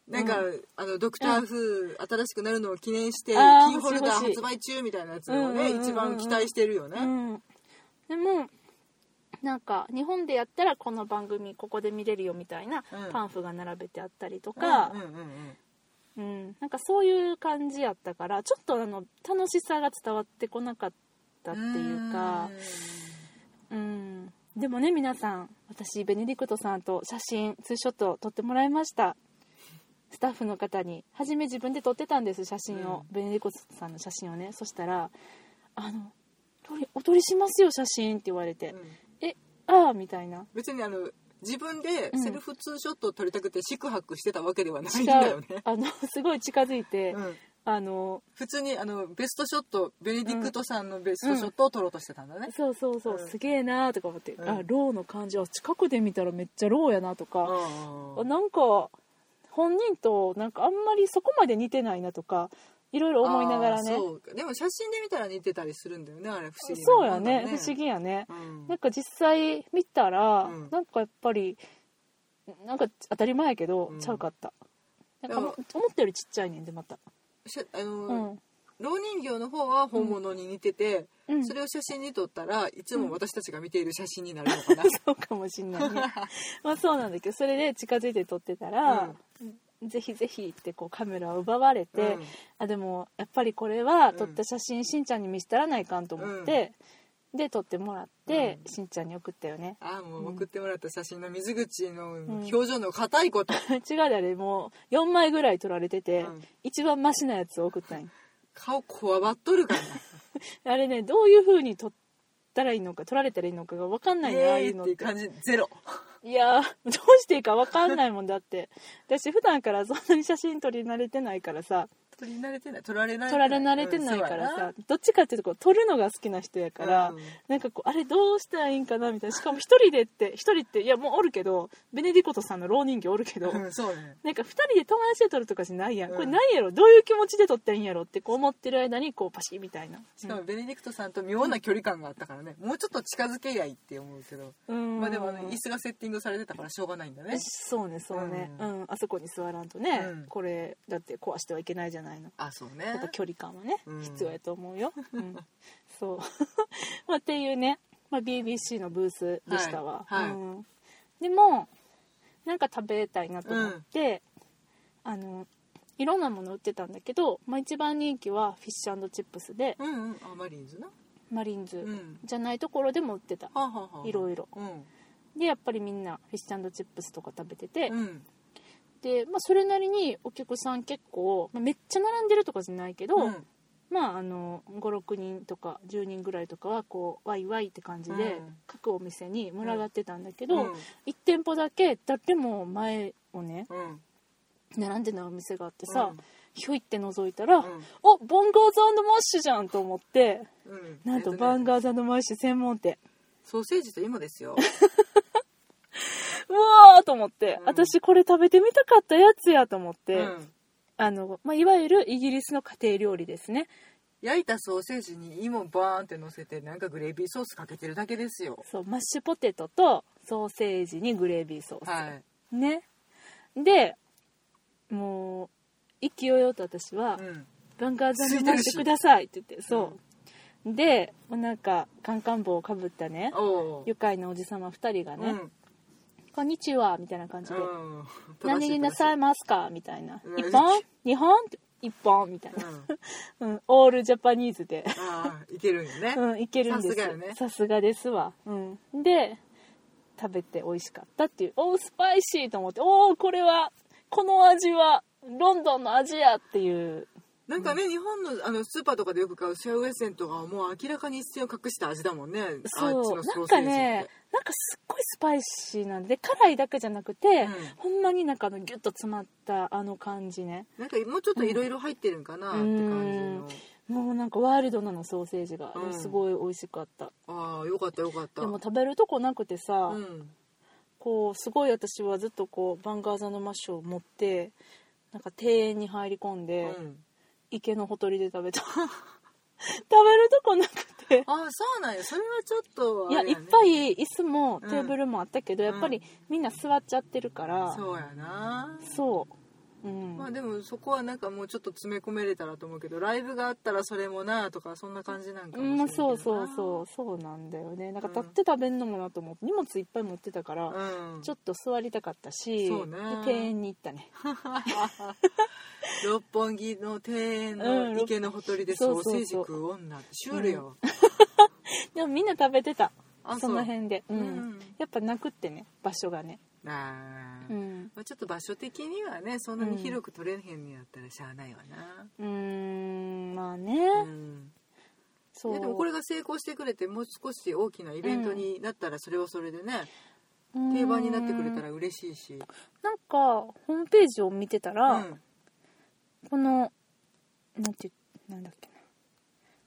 [SPEAKER 2] なんか、
[SPEAKER 1] う
[SPEAKER 2] あのドクター・フー、新しくなるのを記念してキ
[SPEAKER 1] あー
[SPEAKER 2] ーホルダー
[SPEAKER 1] 欲しい欲しい
[SPEAKER 2] 発売中みたいなやつをね、
[SPEAKER 1] うんうんうんうん
[SPEAKER 2] 一番期待してるよね、
[SPEAKER 1] うん、でもなんか日本でやったらこの番組ここで見れるよみたいな
[SPEAKER 2] うん
[SPEAKER 1] パンフが並べてあったりとか、
[SPEAKER 2] うんうんうんうん
[SPEAKER 1] うん、なんかそういう感じやったからちょっとあの楽しさが伝わってこなかったっていうかうんでもね皆さん私ベネディクトさんと写真ツーショットを撮ってもらいましたスタッフの方に初め自分で撮ってたんです写真を、ベネディクトさんの写真をねそしたら「あの撮りお撮りしますよ写真」って言われて「
[SPEAKER 2] うーんうん
[SPEAKER 1] えああ」みたいな
[SPEAKER 2] 別にあの自分で
[SPEAKER 1] うん
[SPEAKER 2] セルフツーショットを撮りたくてシクハクしてたわけではない
[SPEAKER 1] 違う
[SPEAKER 2] んだよね、
[SPEAKER 1] あのすごい近づいて、
[SPEAKER 2] うん
[SPEAKER 1] あの
[SPEAKER 2] 普通にあのベストショットベネディクトさんのベストショットを撮ろうとしてたんだね、
[SPEAKER 1] そうそうそう、
[SPEAKER 2] うん
[SPEAKER 1] すげえなーとか思って、
[SPEAKER 2] うん
[SPEAKER 1] あローの感じは近くで見たらめっちゃローやなとか、
[SPEAKER 2] うん
[SPEAKER 1] あなんか本人となんかあんまりそこまで似てないなとかいろいろ思いながらね
[SPEAKER 2] あーそうかでも写真で見たら似てたりするんだよねあれ不思議な
[SPEAKER 1] そうやね
[SPEAKER 2] なんか
[SPEAKER 1] 不思議やね、
[SPEAKER 2] うん
[SPEAKER 1] なんか実際見たら、
[SPEAKER 2] うん
[SPEAKER 1] なんかやっぱりなんか当たり前やけど、
[SPEAKER 2] うん
[SPEAKER 1] ちゃうかったなんか
[SPEAKER 2] でも
[SPEAKER 1] 思思ったよりちっちゃいねんでまた
[SPEAKER 2] しゃあの、
[SPEAKER 1] うん、
[SPEAKER 2] 老人形の方は本物に似てて、
[SPEAKER 1] うん、
[SPEAKER 2] そ
[SPEAKER 1] そ
[SPEAKER 2] れを写真に撮ったらいつも私たちが見ている写真になるのかな、
[SPEAKER 1] うかもしんない ねまあそうなんだけどそれで近づいて撮ってたら、ぜひぜひってこうカメラを奪われて、
[SPEAKER 2] うん
[SPEAKER 1] あ でもやっぱりこれは撮った写真しんちゃんに見せたらないかんと思って、で撮ってもらって、
[SPEAKER 2] う
[SPEAKER 1] しんちゃんに送ったよね
[SPEAKER 2] ああも
[SPEAKER 1] うん
[SPEAKER 2] う送ってもらった写真の水口の
[SPEAKER 1] ん
[SPEAKER 2] 表情の硬いこと、
[SPEAKER 1] 違うであれもう4枚ぐらい撮られてて、
[SPEAKER 2] うん
[SPEAKER 1] 一番マシなやつを送ったんよ
[SPEAKER 2] 顔こわばっとる から
[SPEAKER 1] あれねどういう風に撮ったらいいのか撮られたらいいのかが分かんないね、ああ
[SPEAKER 2] え
[SPEAKER 1] い
[SPEAKER 2] え
[SPEAKER 1] うの
[SPEAKER 2] っ
[SPEAKER 1] って
[SPEAKER 2] い
[SPEAKER 1] て
[SPEAKER 2] う感じゼロ
[SPEAKER 1] いやーどうしていいか分かんないもんだって私普段からそんなに写真撮り慣れてないからさ
[SPEAKER 2] 撮り慣れてない撮られない
[SPEAKER 1] 撮られ慣れてないからさ、どっちかっていうとこう撮るのが好きな人やから、
[SPEAKER 2] うん
[SPEAKER 1] なんかこうあれどうしたらいいんかなみたいなしかも一人でって一人っていやもうおるけどベネディコトさんの老人形おるけど、
[SPEAKER 2] そうやなうんそうね
[SPEAKER 1] なんか二人で友達で撮るとかじゃないやん、
[SPEAKER 2] うん
[SPEAKER 1] これ何やろどういう気持ちで撮ったらいいんやろってこう思ってる間にこうパシッみたいな
[SPEAKER 2] しかもベネディクトさんと妙な距離感があったからね、もうちょっと近づけやいって思うけど、
[SPEAKER 1] うん
[SPEAKER 2] まあでもね椅子がセッティングされてたからしょうがないんだね
[SPEAKER 1] そうねそうね、う
[SPEAKER 2] うん
[SPEAKER 1] あそこに座らんとね、
[SPEAKER 2] うん
[SPEAKER 1] これだって壊してはいけないじゃないの
[SPEAKER 2] あそう
[SPEAKER 1] や
[SPEAKER 2] ね
[SPEAKER 1] っぱ距離感はね、
[SPEAKER 2] うん
[SPEAKER 1] 必要やと思う よ、うん、そう、 まあ、っていうね、まあ、BBC のブースでしたわ、
[SPEAKER 2] はいはい
[SPEAKER 1] うん、でもなんか食べたいなと思って、あのいろんなもの売ってたんだけど、まあ、一番人気はフィッシュチップスで
[SPEAKER 2] うんうんあマリーンズな
[SPEAKER 1] マリンズ
[SPEAKER 2] うん
[SPEAKER 1] じゃないところでも売ってた、
[SPEAKER 2] はあ、はあはあ、
[SPEAKER 1] いろいろ
[SPEAKER 2] うん
[SPEAKER 1] でやっぱりみんなフィッシュチップスとか食べてて、
[SPEAKER 2] うん
[SPEAKER 1] で、まあ、それなりにお客さん結構、まあ、めっちゃ並んでるとかじゃないけど、
[SPEAKER 2] うん
[SPEAKER 1] まあ、あの56人とか10人ぐらいとかはこうワイワイって感じで、
[SPEAKER 2] うん
[SPEAKER 1] 各お店に群がってたんだけど、
[SPEAKER 2] うん
[SPEAKER 1] 1店舗だけ誰も前をね
[SPEAKER 2] うん
[SPEAKER 1] 並んでないお店があってさ、
[SPEAKER 2] うん
[SPEAKER 1] ひょいって覗いたら、
[SPEAKER 2] うん
[SPEAKER 1] おボンガーズマッシュじゃんと思って
[SPEAKER 2] うん
[SPEAKER 1] なんと
[SPEAKER 2] えっね
[SPEAKER 1] バンガーズマッシュ専門店、
[SPEAKER 2] ソーセージと芋ですよ
[SPEAKER 1] うわーと思って、
[SPEAKER 2] うん
[SPEAKER 1] 私これ食べてみたかったやつやと思って、
[SPEAKER 2] うん
[SPEAKER 1] あの、まあ、いわゆるイギリスの家庭料理ですね。
[SPEAKER 2] 焼いたソーセージに芋バーンって乗せてなんかグレービーソースかけてるだけですよ
[SPEAKER 1] そう、マッシュポテトとソーセージにグレービーソース。
[SPEAKER 2] はい
[SPEAKER 1] ね。で、もう、意気揚々と私は、
[SPEAKER 2] うん
[SPEAKER 1] バンガーザに
[SPEAKER 2] 空いて
[SPEAKER 1] 回
[SPEAKER 2] る
[SPEAKER 1] し
[SPEAKER 2] して
[SPEAKER 1] くださいって言って、そう。で、もうなんか、カンカン帽をかぶったね、
[SPEAKER 2] おう
[SPEAKER 1] 愉快なおじさま2人が
[SPEAKER 2] う
[SPEAKER 1] ね、
[SPEAKER 2] ん
[SPEAKER 1] こんにちは、みたいな感じで、
[SPEAKER 2] うん
[SPEAKER 1] 何になさいますかみたいな
[SPEAKER 2] う。ん
[SPEAKER 1] 一本二本一本みたい
[SPEAKER 2] 正しい
[SPEAKER 1] な。
[SPEAKER 2] うん
[SPEAKER 1] うん、オールジャパニーズで。
[SPEAKER 2] ああいけるんよね
[SPEAKER 1] うん、いけるんです
[SPEAKER 2] さすがよね
[SPEAKER 1] さすがですわ。うん。で、食べて美味しかったっていう。おースパイシーと思って、おーこれは、この味は、ロンドンの味やっていう。
[SPEAKER 2] なんかね、日本のあのスーパーとかでよく買うシェアウエッセンとかはもう明らかに一線を隠した味だもんねあっち
[SPEAKER 1] そう。
[SPEAKER 2] のソ
[SPEAKER 1] な
[SPEAKER 2] ー
[SPEAKER 1] んか
[SPEAKER 2] セージって、
[SPEAKER 1] ね、なんかすっごいスパイシーなんで、辛いだけじゃなくて、ほんまになんかあのギュッと詰まったあの感じね。
[SPEAKER 2] なんかもうちょっといろいろ入ってるんかなって感じの、
[SPEAKER 1] もうなんかワイルドなのソーセージが、
[SPEAKER 2] うん
[SPEAKER 1] すごい美味しかった
[SPEAKER 2] ああよかったよかった
[SPEAKER 1] でも食べるとこなくてさ、
[SPEAKER 2] うん
[SPEAKER 1] こうすごい私はずっとこうバンガーザのマッシュを持ってなんか庭園に入り込ん
[SPEAKER 2] う
[SPEAKER 1] で、
[SPEAKER 2] ん、
[SPEAKER 1] 池のほとりで食べた 食べるとこなくて
[SPEAKER 2] ああそうなんやそれはちょっとあ
[SPEAKER 1] いや
[SPEAKER 2] れ
[SPEAKER 1] いっ
[SPEAKER 2] ね
[SPEAKER 1] ぱい椅子も
[SPEAKER 2] う
[SPEAKER 1] テ
[SPEAKER 2] ん
[SPEAKER 1] ーブルもあったけど、やっぱりみんな座っちゃってるから、
[SPEAKER 2] そうやな
[SPEAKER 1] そううん、
[SPEAKER 2] まあでもそこはなんかもうちょっと詰め込めれたらと思うけどライブがあったらそれもなとかそんな感じなんかもしれ
[SPEAKER 1] う
[SPEAKER 2] ない
[SPEAKER 1] ん、
[SPEAKER 2] けどな
[SPEAKER 1] そうそうそうそうなんだよねなんか立って食べんのもなと思って荷物いっぱい持ってたから、
[SPEAKER 2] うん
[SPEAKER 1] ちょっと座りたかったし、
[SPEAKER 2] そうね
[SPEAKER 1] で庭園に行ったね
[SPEAKER 2] 六本木の庭園
[SPEAKER 1] う
[SPEAKER 2] の
[SPEAKER 1] ん
[SPEAKER 2] 池のほとりで
[SPEAKER 1] そう
[SPEAKER 2] ソー
[SPEAKER 1] そう
[SPEAKER 2] セ
[SPEAKER 1] そ
[SPEAKER 2] ー
[SPEAKER 1] う
[SPEAKER 2] ジ食う女シュールよ、
[SPEAKER 1] でもみんな食べてた
[SPEAKER 2] あ
[SPEAKER 1] その辺でう、
[SPEAKER 2] うんん
[SPEAKER 1] やっぱなくってね場所がね
[SPEAKER 2] あー
[SPEAKER 1] うん
[SPEAKER 2] まあちょっと場所的にはねそんなに広く取れへんにやったらしゃあないわな、
[SPEAKER 1] うーんまあね、
[SPEAKER 2] うん
[SPEAKER 1] そう
[SPEAKER 2] ででもこれが成功してくれてもう少し大きなイベントになったらそれはそれでね、
[SPEAKER 1] うん
[SPEAKER 2] 定番になってくれたら嬉しいし、
[SPEAKER 1] なんかホームページを見てた
[SPEAKER 2] う
[SPEAKER 1] ら、
[SPEAKER 2] ん
[SPEAKER 1] このなんてなんだっけな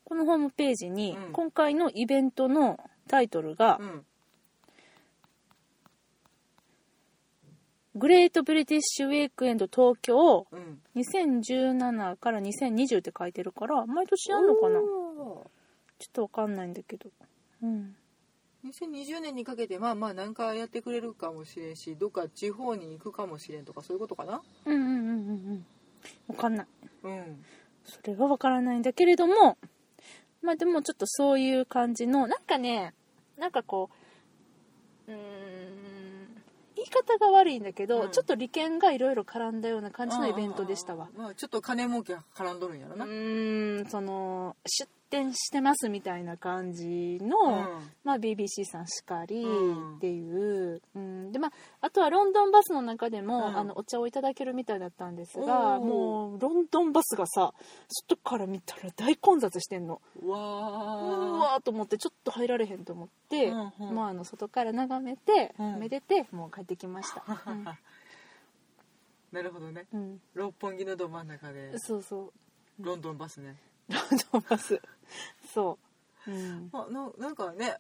[SPEAKER 1] このホームページに、
[SPEAKER 2] うん
[SPEAKER 1] 今回のイベントのタイトルが
[SPEAKER 2] うん
[SPEAKER 1] 「グレート・ブリティッシュ・ウィークエンド東京
[SPEAKER 2] うん、
[SPEAKER 1] 2017から2020」って書いてるから毎年やんのかなちょ
[SPEAKER 2] お
[SPEAKER 1] っとわかんないんだけどうん
[SPEAKER 2] ー2020年にかけてまあまあ何かやってくれるかもしれんしどっか地方に行くかもしれんとかそういうことかな
[SPEAKER 1] うんうんうんうんうんわかんない
[SPEAKER 2] うん
[SPEAKER 1] それはわからないんだけれどもまあでもちょっとそういう感じのなんかねなんかこううーん言い方が悪いんだけど、
[SPEAKER 2] うん
[SPEAKER 1] ちょっと利権がいろいろ絡んだような感じのイベントでしたわ
[SPEAKER 2] あーあーまあ、ちょっと金儲けが絡んどるんやろ
[SPEAKER 1] う
[SPEAKER 2] な、
[SPEAKER 1] ーんその出店してますみたいな感じの、まあ、BBC さんしかり
[SPEAKER 2] うん
[SPEAKER 1] っていう、うんでまあ、あとはロンドンバスの中でも、
[SPEAKER 2] うん
[SPEAKER 1] あのお茶をいただけるみたいだったんですが
[SPEAKER 2] おー
[SPEAKER 1] もうロンドンバスがさ外から見たら大混雑してんの
[SPEAKER 2] うん、う
[SPEAKER 1] う
[SPEAKER 2] わ
[SPEAKER 1] わーと思ってちょっと入られへんと思っ
[SPEAKER 2] ー
[SPEAKER 1] て、
[SPEAKER 2] うんうん
[SPEAKER 1] まあ、あの外から眺めて、
[SPEAKER 2] うん
[SPEAKER 1] めでてもう帰ってきま した、
[SPEAKER 2] なるほどね
[SPEAKER 1] うん
[SPEAKER 2] 六本木のど真ん中で
[SPEAKER 1] うんそうそう
[SPEAKER 2] ロンドンバスね
[SPEAKER 1] ロンドンバスそう、うん、
[SPEAKER 2] まあ、ななんかね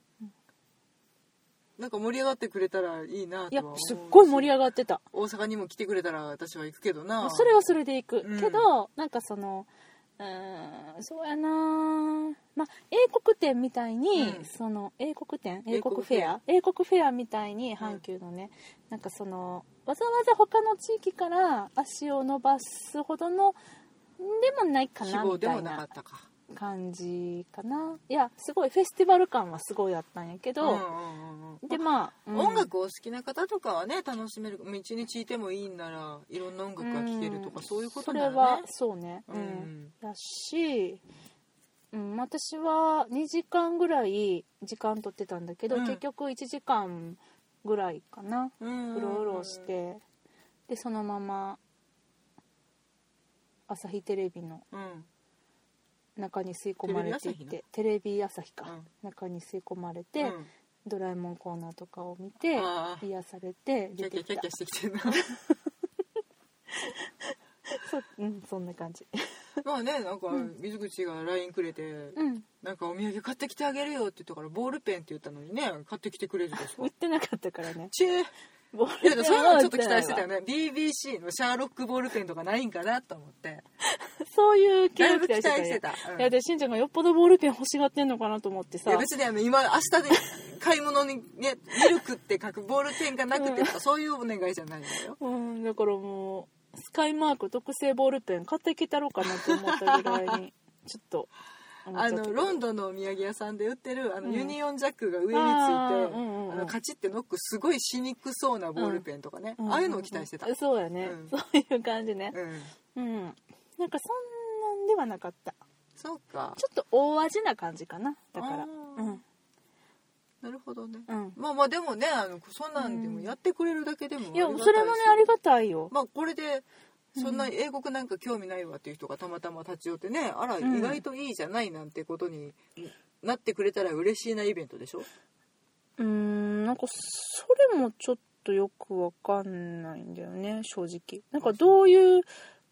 [SPEAKER 2] なんか盛り上がってくれたらいいなとは思う
[SPEAKER 1] い
[SPEAKER 2] い
[SPEAKER 1] やすっごい盛
[SPEAKER 2] り
[SPEAKER 1] り上がってた
[SPEAKER 2] 大阪にも来てくれたら私は行くけどな
[SPEAKER 1] それはそれで行く、
[SPEAKER 2] うん
[SPEAKER 1] けどなんかそのうーんそうやなあまあ英国展みたいに、
[SPEAKER 2] うん
[SPEAKER 1] その英国展
[SPEAKER 2] 英
[SPEAKER 1] 英
[SPEAKER 2] 国
[SPEAKER 1] 国フ
[SPEAKER 2] フェ
[SPEAKER 1] ェ
[SPEAKER 2] ア
[SPEAKER 1] ア英国フェアみたいに阪急のね、なんかそのわざわざ他の地域から足を伸ばすほどのでもないか
[SPEAKER 2] 希
[SPEAKER 1] な
[SPEAKER 2] 望
[SPEAKER 1] み
[SPEAKER 2] で
[SPEAKER 1] た
[SPEAKER 2] も
[SPEAKER 1] い
[SPEAKER 2] なかっ
[SPEAKER 1] な
[SPEAKER 2] たか
[SPEAKER 1] 感じかないやすごいフェスティバル感はすごいあったんやけ
[SPEAKER 2] うんう
[SPEAKER 1] ど、
[SPEAKER 2] んうんうん
[SPEAKER 1] でまあ、うん
[SPEAKER 2] 音楽を好きな方とかはね楽しめる一日いてもいいんならいろんな音楽が聴けるとか、
[SPEAKER 1] ん
[SPEAKER 2] そういうこと
[SPEAKER 1] そ
[SPEAKER 2] だ
[SPEAKER 1] れ
[SPEAKER 2] よね
[SPEAKER 1] はそうね
[SPEAKER 2] う
[SPEAKER 1] うん
[SPEAKER 2] ん
[SPEAKER 1] だし、うん、私は2時間ぐらい時間取ってたんだけど、
[SPEAKER 2] うん
[SPEAKER 1] 結局1時間ぐらいかな
[SPEAKER 2] うん
[SPEAKER 1] うろうろしてでそのまま朝日テレビの
[SPEAKER 2] うん
[SPEAKER 1] 中に吸い込まれていってテレビ朝日か、中に吸い込まれて、
[SPEAKER 2] うん
[SPEAKER 1] ドラえもんコーナーとかを見て
[SPEAKER 2] あー
[SPEAKER 1] 癒されて
[SPEAKER 2] キャ
[SPEAKER 1] 出
[SPEAKER 2] ッキ
[SPEAKER 1] てき
[SPEAKER 2] ャキャッ
[SPEAKER 1] た
[SPEAKER 2] キャしてきて るな
[SPEAKER 1] そう、うん、そんな感じ
[SPEAKER 2] まあねなんか水口が LINE くれて
[SPEAKER 1] うん
[SPEAKER 2] なんかお土産買ってきてあげるよって言ったからボールペンって言ったのにね買ってきてくれるでし
[SPEAKER 1] 売
[SPEAKER 2] ょ
[SPEAKER 1] ってなかったからね
[SPEAKER 2] ちえ
[SPEAKER 1] ボー
[SPEAKER 2] いや
[SPEAKER 1] ルペン
[SPEAKER 2] でもそういうのちょっと期待してたよね BBC のシャーロックボールペンとかないんかなと思って
[SPEAKER 1] そういう系
[SPEAKER 2] だい
[SPEAKER 1] を
[SPEAKER 2] ぶ
[SPEAKER 1] 期
[SPEAKER 2] 期
[SPEAKER 1] 待して
[SPEAKER 2] 待
[SPEAKER 1] た,、
[SPEAKER 2] してた、うん
[SPEAKER 1] いやでしんちゃんがよっぽどボールペン欲しがってんのかなと思って
[SPEAKER 2] い
[SPEAKER 1] さ
[SPEAKER 2] や別にあの今明日で買い物に、ね、ミルクって書くボールペンがなくてとかそういうお願いじゃないんだよ
[SPEAKER 1] うんだからもうスカイマーク特製ボールペン買ってきたろうかなと思ったぐらい にちょっと思っちゃ
[SPEAKER 2] あ
[SPEAKER 1] った
[SPEAKER 2] のロンドンのお土産屋さんで売ってるあの、
[SPEAKER 1] うん
[SPEAKER 2] ユニオンジャックが上について
[SPEAKER 1] あ
[SPEAKER 2] あ
[SPEAKER 1] ーうんうんうん
[SPEAKER 2] のカチッてノックすごいしにくそうなボールペンとかね、ああいうのを期待してた、
[SPEAKER 1] うんそうやね、
[SPEAKER 2] うん
[SPEAKER 1] そういう感じね
[SPEAKER 2] う
[SPEAKER 1] う
[SPEAKER 2] ん
[SPEAKER 1] ん、なんかそんなんではなかった
[SPEAKER 2] そうか
[SPEAKER 1] ちょっと大味な感じかなだから
[SPEAKER 2] あ
[SPEAKER 1] う
[SPEAKER 2] ー
[SPEAKER 1] ん
[SPEAKER 2] なるほどね、
[SPEAKER 1] うん
[SPEAKER 2] まあまあでもねあのそんなんでもやってくれるだけでも
[SPEAKER 1] いや
[SPEAKER 2] ありがた
[SPEAKER 1] それもね
[SPEAKER 2] し
[SPEAKER 1] ありがたいよ、
[SPEAKER 2] まあこれでそんな英語なんか興味ないわっていう人がたまたま立ち寄ってね、あら意
[SPEAKER 1] うん
[SPEAKER 2] 外といいじゃないなんてことになってくれたら嬉しいなイベントでしょ
[SPEAKER 1] うーんなんかそれもちょっとよくわかんないんだよね正直なんかどういう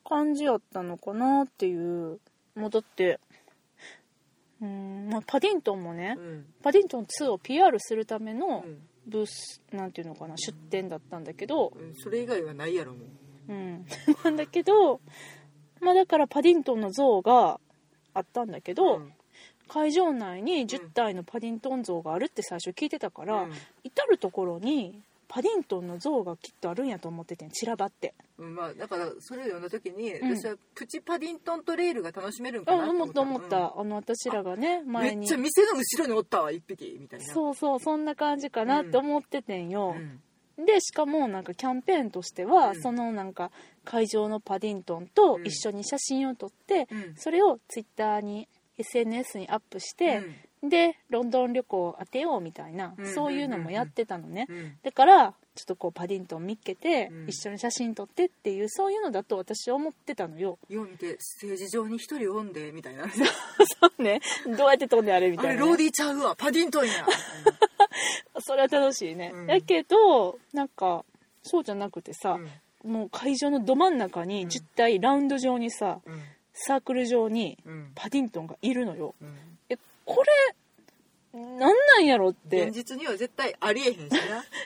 [SPEAKER 1] 感じやったのかなっていうもうだってうーん、まあ、パディントンもね、
[SPEAKER 2] うん
[SPEAKER 1] パディントン2を PR するため
[SPEAKER 2] う
[SPEAKER 1] の
[SPEAKER 2] ん
[SPEAKER 1] ブース、なんていうのかな出展だったんだけど、
[SPEAKER 2] うんそれ以外はないやろもう
[SPEAKER 1] うん、 なんだけどまあだからパディントンの像があったんだけど、
[SPEAKER 2] うん
[SPEAKER 1] 会場内に10体のパディントン像があるって最初聞いてたから、
[SPEAKER 2] うん
[SPEAKER 1] 至る所にパディントンの像がきっとあるんやと思ってて散らばって
[SPEAKER 2] うんまあだからそれを読んだ時に、
[SPEAKER 1] うん
[SPEAKER 2] 私はプチパディントントレイルが楽しめるん
[SPEAKER 1] あ
[SPEAKER 2] かな
[SPEAKER 1] 思った思っ
[SPEAKER 2] うん
[SPEAKER 1] た、あの私らがね前
[SPEAKER 2] めっ
[SPEAKER 1] に
[SPEAKER 2] ちゃ店の後ろにおったわ一匹みたいな
[SPEAKER 1] そうそうそんな感じかなって思っててんよ、
[SPEAKER 2] ん
[SPEAKER 1] でしかもなんかキャンペーンとしては、
[SPEAKER 2] うん
[SPEAKER 1] そのなんか会場のパディントンと一緒に写真を撮って、
[SPEAKER 2] うん
[SPEAKER 1] それをツイッターに SNS にアップして、でロンドン旅行を当てようみたいな、
[SPEAKER 2] うん
[SPEAKER 1] そういうのもやってたのね、
[SPEAKER 2] うんうん
[SPEAKER 1] だからちょっとこうパディントン見っけて、
[SPEAKER 2] うん
[SPEAKER 1] 一緒に写真撮ってっていうそういうのだと私は思ってたの よ
[SPEAKER 2] よう見てステージ上に一人おんでみたいな
[SPEAKER 1] そうねどうやって飛んであれみ
[SPEAKER 2] あ
[SPEAKER 1] た
[SPEAKER 2] れ
[SPEAKER 1] いな
[SPEAKER 2] ロ
[SPEAKER 1] ね、
[SPEAKER 2] ーディーちゃうわパディント ンや
[SPEAKER 1] それは楽しいね、
[SPEAKER 2] うん
[SPEAKER 1] だけどなんかそうじゃなくて
[SPEAKER 2] う
[SPEAKER 1] さ
[SPEAKER 2] ん、
[SPEAKER 1] もう会場のど真ん中に
[SPEAKER 2] ん
[SPEAKER 1] 実体ラウンド上にさ
[SPEAKER 2] うん
[SPEAKER 1] サークル上に
[SPEAKER 2] うん
[SPEAKER 1] パディントンがいるのよ
[SPEAKER 2] うん
[SPEAKER 1] えこれなんなんやろって
[SPEAKER 2] 現実には絶対ありえへんし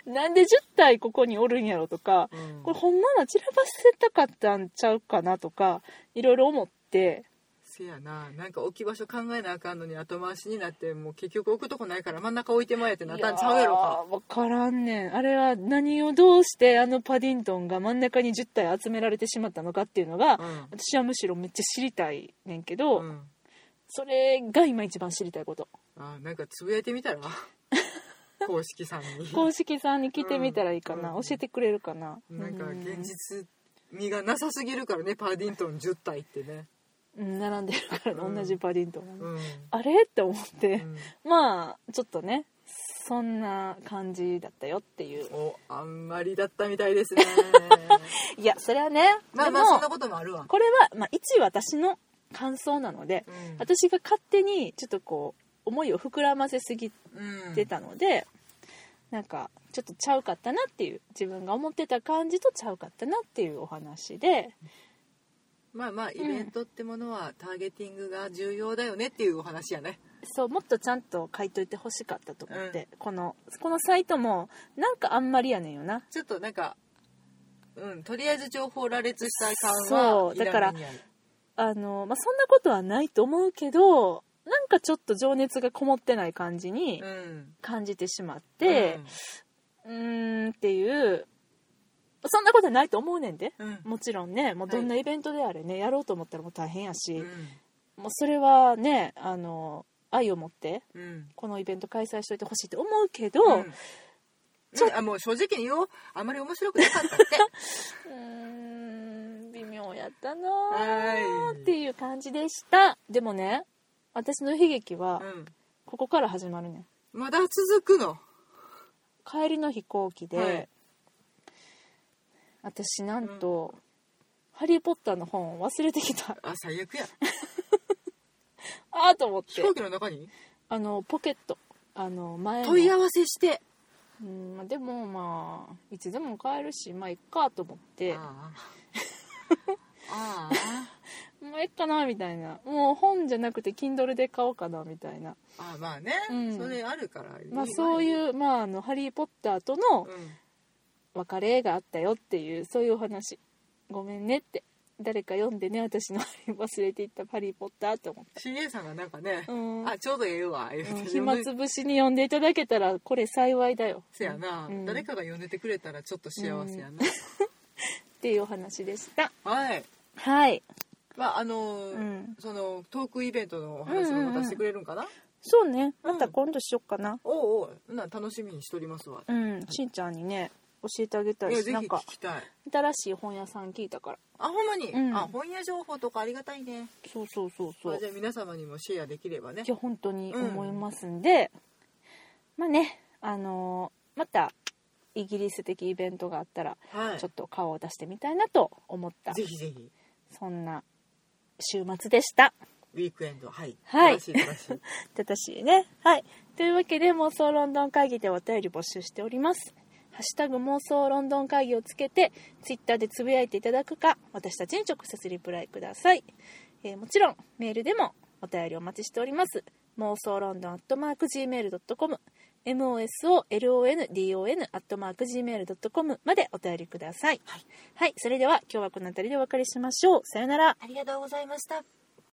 [SPEAKER 2] な、
[SPEAKER 1] なんで10体ここにおるんやろとかこれほんまは散らばせたかったんちゃうかなとかいろいろ思って
[SPEAKER 2] せやななんか置き場所考えなあかんのに後回しになってもう結局置くとこないから真ん中置いてまえってなったんちゃうやろか
[SPEAKER 1] 分からんねんあれは何をどうしてあのパディントンが真ん中に10体集められてしまったのかっていうのが、
[SPEAKER 2] うん
[SPEAKER 1] 私はむしろめっちゃ知りたいねんけど、
[SPEAKER 2] うん
[SPEAKER 1] それが今一番知りたいこと
[SPEAKER 2] あなんかつぶやいてみ たら公式さんに
[SPEAKER 1] 公式さんに聞いてみたらいいかな、
[SPEAKER 2] うん
[SPEAKER 1] 教えてくれるかな
[SPEAKER 2] なんか現
[SPEAKER 1] 実
[SPEAKER 2] 実味がなさすぎるからねパディントン10体ってね、
[SPEAKER 1] 並んでるからね、
[SPEAKER 2] うん
[SPEAKER 1] 同じパディントンがね、
[SPEAKER 2] うん
[SPEAKER 1] あれって思って
[SPEAKER 2] う、ん
[SPEAKER 1] まあちょっとねそんな感じだったよっていう
[SPEAKER 2] おあんまりだったみたいです ね
[SPEAKER 1] いやそれはね
[SPEAKER 2] まあまあそんなこともあるわ、
[SPEAKER 1] これは、まあ、一私の感想なので、
[SPEAKER 2] うん
[SPEAKER 1] 私が勝手にちょっとこう思いを膨らませすぎ
[SPEAKER 2] うん
[SPEAKER 1] てたので、なんかちょっとちゃうかったなっていう自分が思ってた感じとちゃうかったなっていうお話で
[SPEAKER 2] まあまあイベントってものはターゲティングが重要だよねっていうお話やね
[SPEAKER 1] そうもっとちゃんと書いといてほしかったと思って、このこのサイトもなんかあんまりやねんよな
[SPEAKER 2] ちょっとなんかうんとりあえず情報羅列したい感は
[SPEAKER 1] そうだからあの、まあ、そんなことはないと思うけどなんかちょっと情熱がこもってない感じに
[SPEAKER 2] うん
[SPEAKER 1] 感じてしまって。うーんっていうそんなことはないと思うねんで
[SPEAKER 2] うん
[SPEAKER 1] もちろんねもうどんな
[SPEAKER 2] は
[SPEAKER 1] イベントであれね、やろうと思ったらもう大変やし、
[SPEAKER 2] うん
[SPEAKER 1] もうそれはねあの愛を持って
[SPEAKER 2] うん
[SPEAKER 1] このイベント開催しといてほしいと思うけど、
[SPEAKER 2] うんうんあもう正直に言おうあまり面白くなかったって
[SPEAKER 1] うーん微妙やったな
[SPEAKER 2] は
[SPEAKER 1] ー
[SPEAKER 2] い
[SPEAKER 1] っていう感じでしたでもね私の悲劇は
[SPEAKER 2] うん
[SPEAKER 1] ここから始まるねん
[SPEAKER 2] まだ続くの
[SPEAKER 1] 帰りの飛行機で、
[SPEAKER 2] はい
[SPEAKER 1] 私なんと、ハリー・ポッター」の本を忘れてきた
[SPEAKER 2] あ最悪や
[SPEAKER 1] あーと思って
[SPEAKER 2] 飛行機の中に
[SPEAKER 1] あのポケットあの前の
[SPEAKER 2] 問い合わせして
[SPEAKER 1] うんまあでもまあいつでも買えるしまあいっかと思って
[SPEAKER 2] あああ
[SPEAKER 1] まあいっかなみたいなもう本じゃなくて Kindle で買おうかなみたいな
[SPEAKER 2] あああまあね、
[SPEAKER 1] うん
[SPEAKER 2] それあるからいいわよ
[SPEAKER 1] まあそういうまああのハリー・ポッターとの
[SPEAKER 2] うん
[SPEAKER 1] 別れがあったよっていうそういうお話ごめんねって誰か読んでね私の忘れていった「ハリー・ポッター」って思っ
[SPEAKER 2] CA さんがなんかね
[SPEAKER 1] た、うん
[SPEAKER 2] あちょうどええわ言う
[SPEAKER 1] うん
[SPEAKER 2] て
[SPEAKER 1] 暇つぶしに読んでいただけたらこれ幸いだよ
[SPEAKER 2] せやな、
[SPEAKER 1] うん
[SPEAKER 2] 誰かが呼んでてくれたらちょっと幸せや
[SPEAKER 1] っ
[SPEAKER 2] な、
[SPEAKER 1] ていうお話でした
[SPEAKER 2] はい
[SPEAKER 1] はい、
[SPEAKER 2] まああのー
[SPEAKER 1] うん、
[SPEAKER 2] そのトークイベントのお話もまたしてくれるんかな、
[SPEAKER 1] そうねまた今度しよっかな
[SPEAKER 2] おうおうなん楽しみにしておりますわ、
[SPEAKER 1] うん、しんちゃんにね教えてあげた
[SPEAKER 2] い
[SPEAKER 1] い
[SPEAKER 2] や
[SPEAKER 1] し
[SPEAKER 2] ぜ
[SPEAKER 1] な
[SPEAKER 2] ひ
[SPEAKER 1] んか
[SPEAKER 2] 聞きたい
[SPEAKER 1] 新しい本屋さん聞いたから
[SPEAKER 2] あほんまに、
[SPEAKER 1] うん
[SPEAKER 2] あ本屋情報とかありがたいね
[SPEAKER 1] そうそうそうそ
[SPEAKER 2] ま
[SPEAKER 1] う
[SPEAKER 2] あじゃあ皆様にもシェアできればね
[SPEAKER 1] いや本当に思いますんで、まあねあのーまたイギリス的イベントがあったら
[SPEAKER 2] はい
[SPEAKER 1] ちょっと顔を出してみたいなと思った、
[SPEAKER 2] ぜひぜひ
[SPEAKER 1] そんな週末でした
[SPEAKER 2] ウィークエンドはい、
[SPEAKER 1] はい
[SPEAKER 2] 正しい 正しい
[SPEAKER 1] 正しいねはいというわけで妄想ロンドン会議でお便り募集しておりますハッシュタグ妄想ロンドン会議をつけてツイッターでつぶやいていただくか私たちに直接リプライください、えーもちろんメールでもお便りお待ちしております妄想ロンドンアットマーク Gmail.com mosolondon アットマーク Gmail.com までお便りください
[SPEAKER 2] はい、
[SPEAKER 1] はい、それでは今日はこの辺りでお別れしましょうさよなら
[SPEAKER 2] ありがとうございました